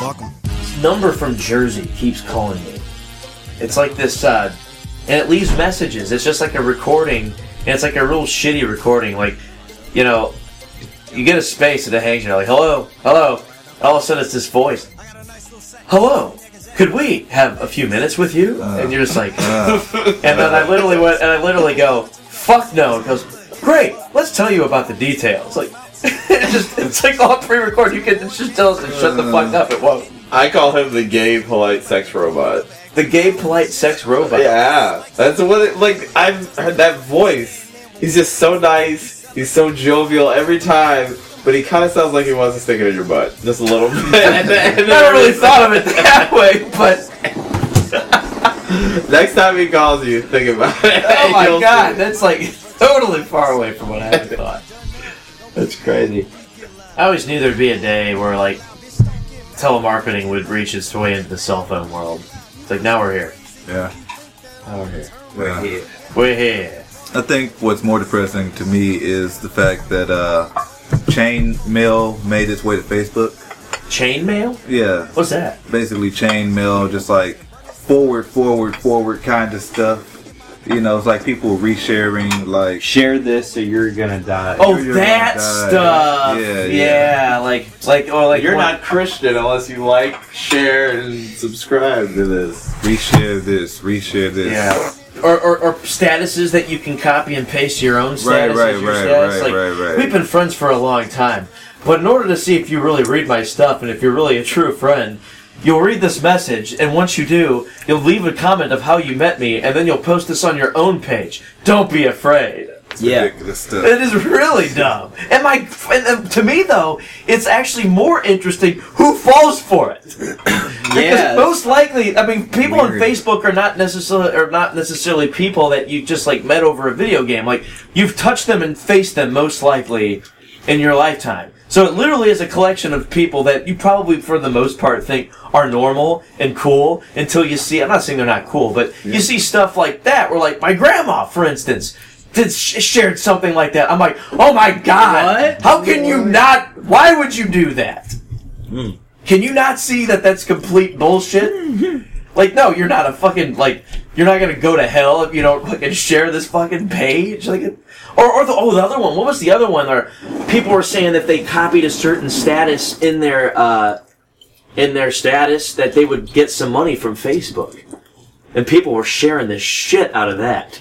Welcome. This number from Jersey keeps calling me. It's like this, uh, and it leaves messages. It's just like a recording, and it's like a real shitty recording. Like, you know, you get a space and it hangs you. Like, hello, hello. All of a sudden, it's this voice. Hello. Could we have a few minutes with you? and you're just like, and then I literally went, and I literally go, fuck no. It goes, great. Let's tell you about the details. Like, it's just, it's like all pre-recorded. You can just tell us to shut the fuck up. It won't. I call him the gay polite sex robot. The gay polite sex robot. Yeah, that's what it like. I've heard that voice. He's just so nice. He's so jovial every time, but he kind of sounds like he wants to stick it in your butt just a little bit. and then, and I then never really thought of it that way, but Next time he calls you, think about it. oh my You'll see. god, that's like totally far away from what I had thought. that's crazy. I always knew there'd be a day where like telemarketing would reach its way into the cell phone world. It's like now we're here. Yeah. Now we're here. yeah. We're here. I think what's more depressing to me is the fact that uh, chain mail made its way to Facebook. Chainmail? Yeah, What's that? basically chain mail, just like forward, forward, forward kind of stuff. You know, it's like people resharing, like Share this or you're gonna die. Oh, you're that gonna die. stuff. Yeah, Yeah, yeah. like like or like You're one- not Christian unless you like, share, and subscribe to this. reshare this, reshare this. Yeah. Or, or, or statuses that you can copy and paste your own status. right, as your right, status. right, Like, right, right. We've been friends for a long time, but in order to see if you really read my stuff and if you're really a true friend, you'll read this message, and once you do, you'll leave a comment of how you met me, and then you'll post this on your own page. Don't be afraid. It's Yeah. ridiculous stuff. It is really dumb. And my and, uh, to me though, it's actually more interesting who falls for it. Because Yes. most likely, I mean, people Weird. on Facebook are not necessarily are not necessarily people that you just like met over a video game. Like you've touched them and faced them most likely in your lifetime. So it literally is a collection of people that you probably, for the most part, think are normal and cool until you see. I'm not saying they're not cool, but you see stuff like that. Where like my grandma, for instance. Did sh- shared something like that? I'm like, oh my god! What? How can you not? Why would you do that? Can you not see that that's complete bullshit? like, no, you're not a fucking like. You're not gonna go to hell if you don't fucking share this fucking page. Like, it- or or the oh the other one. What was the other one? Where people were saying that they copied a certain status in their uh, in their status that they would get some money from Facebook, and people were sharing the shit out of that.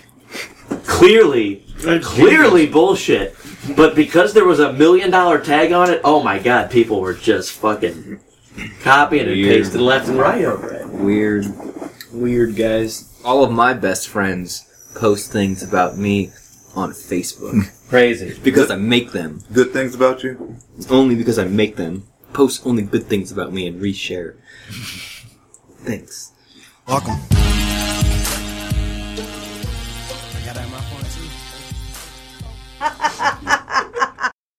Clearly, clearly bullshit. But because there was a million dollar tag on it, oh my god, people were just fucking copying and Weird. pasting left and right over it. Weird, weird guys. All of my best friends post things about me on Facebook Crazy. because I make them. Good things about you? It's only because I make them. Post only good things about me and reshare. Thanks. Welcome.